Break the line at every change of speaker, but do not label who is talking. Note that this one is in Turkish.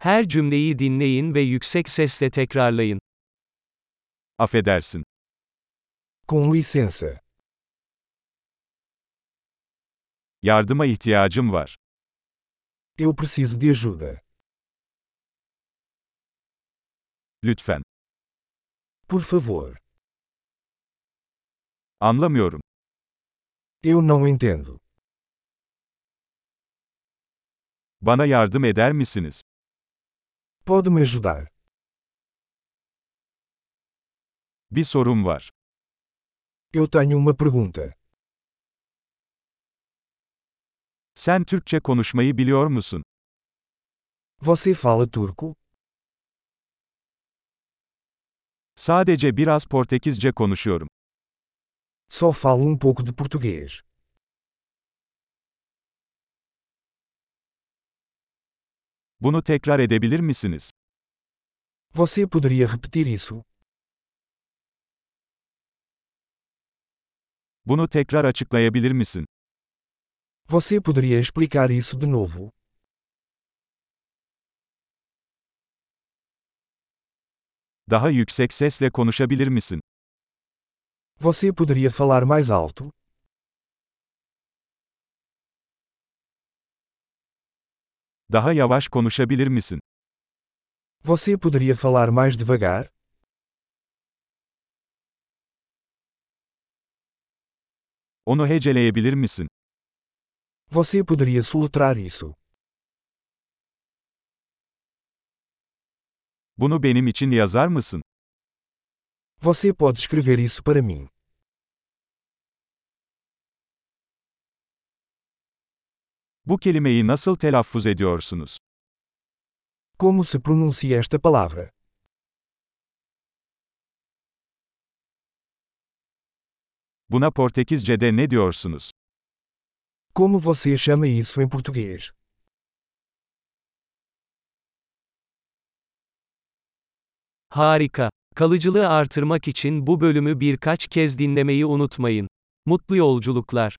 Her cümleyi dinleyin ve yüksek sesle tekrarlayın.
Affedersin.
Com licença.
Yardıma ihtiyacım var.
Eu preciso de ajuda.
Lütfen.
Por favor.
Anlamıyorum.
Eu não entendo.
Bana yardım eder misiniz?
Pode me ajudar?
Bir sorum var.
Eu tenho uma pergunta.
Sen Türkçe konuşmayı biliyor musun?
Você fala turco?
Sadece biraz Portekizce konuşuyorum.
Só falo um pouco de português.
Bunu tekrar edebilir misiniz?
Você poderia repetir isso?
Bunu tekrar açıklayabilir misin?
Você poderia explicar isso de novo?
Daha yüksek sesle konuşabilir misin?
Você poderia falar mais alto?
Daha yavaş konuşabilir misin?
Você poderia falar mais devagar?
Onu heceleyebilir misin?
Você poderia soletrar isso?
Bunu benim için yazar mısın?
Você pode escrever isso para mim?
Bu kelimeyi nasıl telaffuz ediyorsunuz?
Como se pronuncia esta palavra?
Buna Portekizce'de ne diyorsunuz?
Como você chama isso em português?
Harika. Kalıcılığı artırmak için bu bölümü birkaç kez dinlemeyi unutmayın. Mutlu yolculuklar.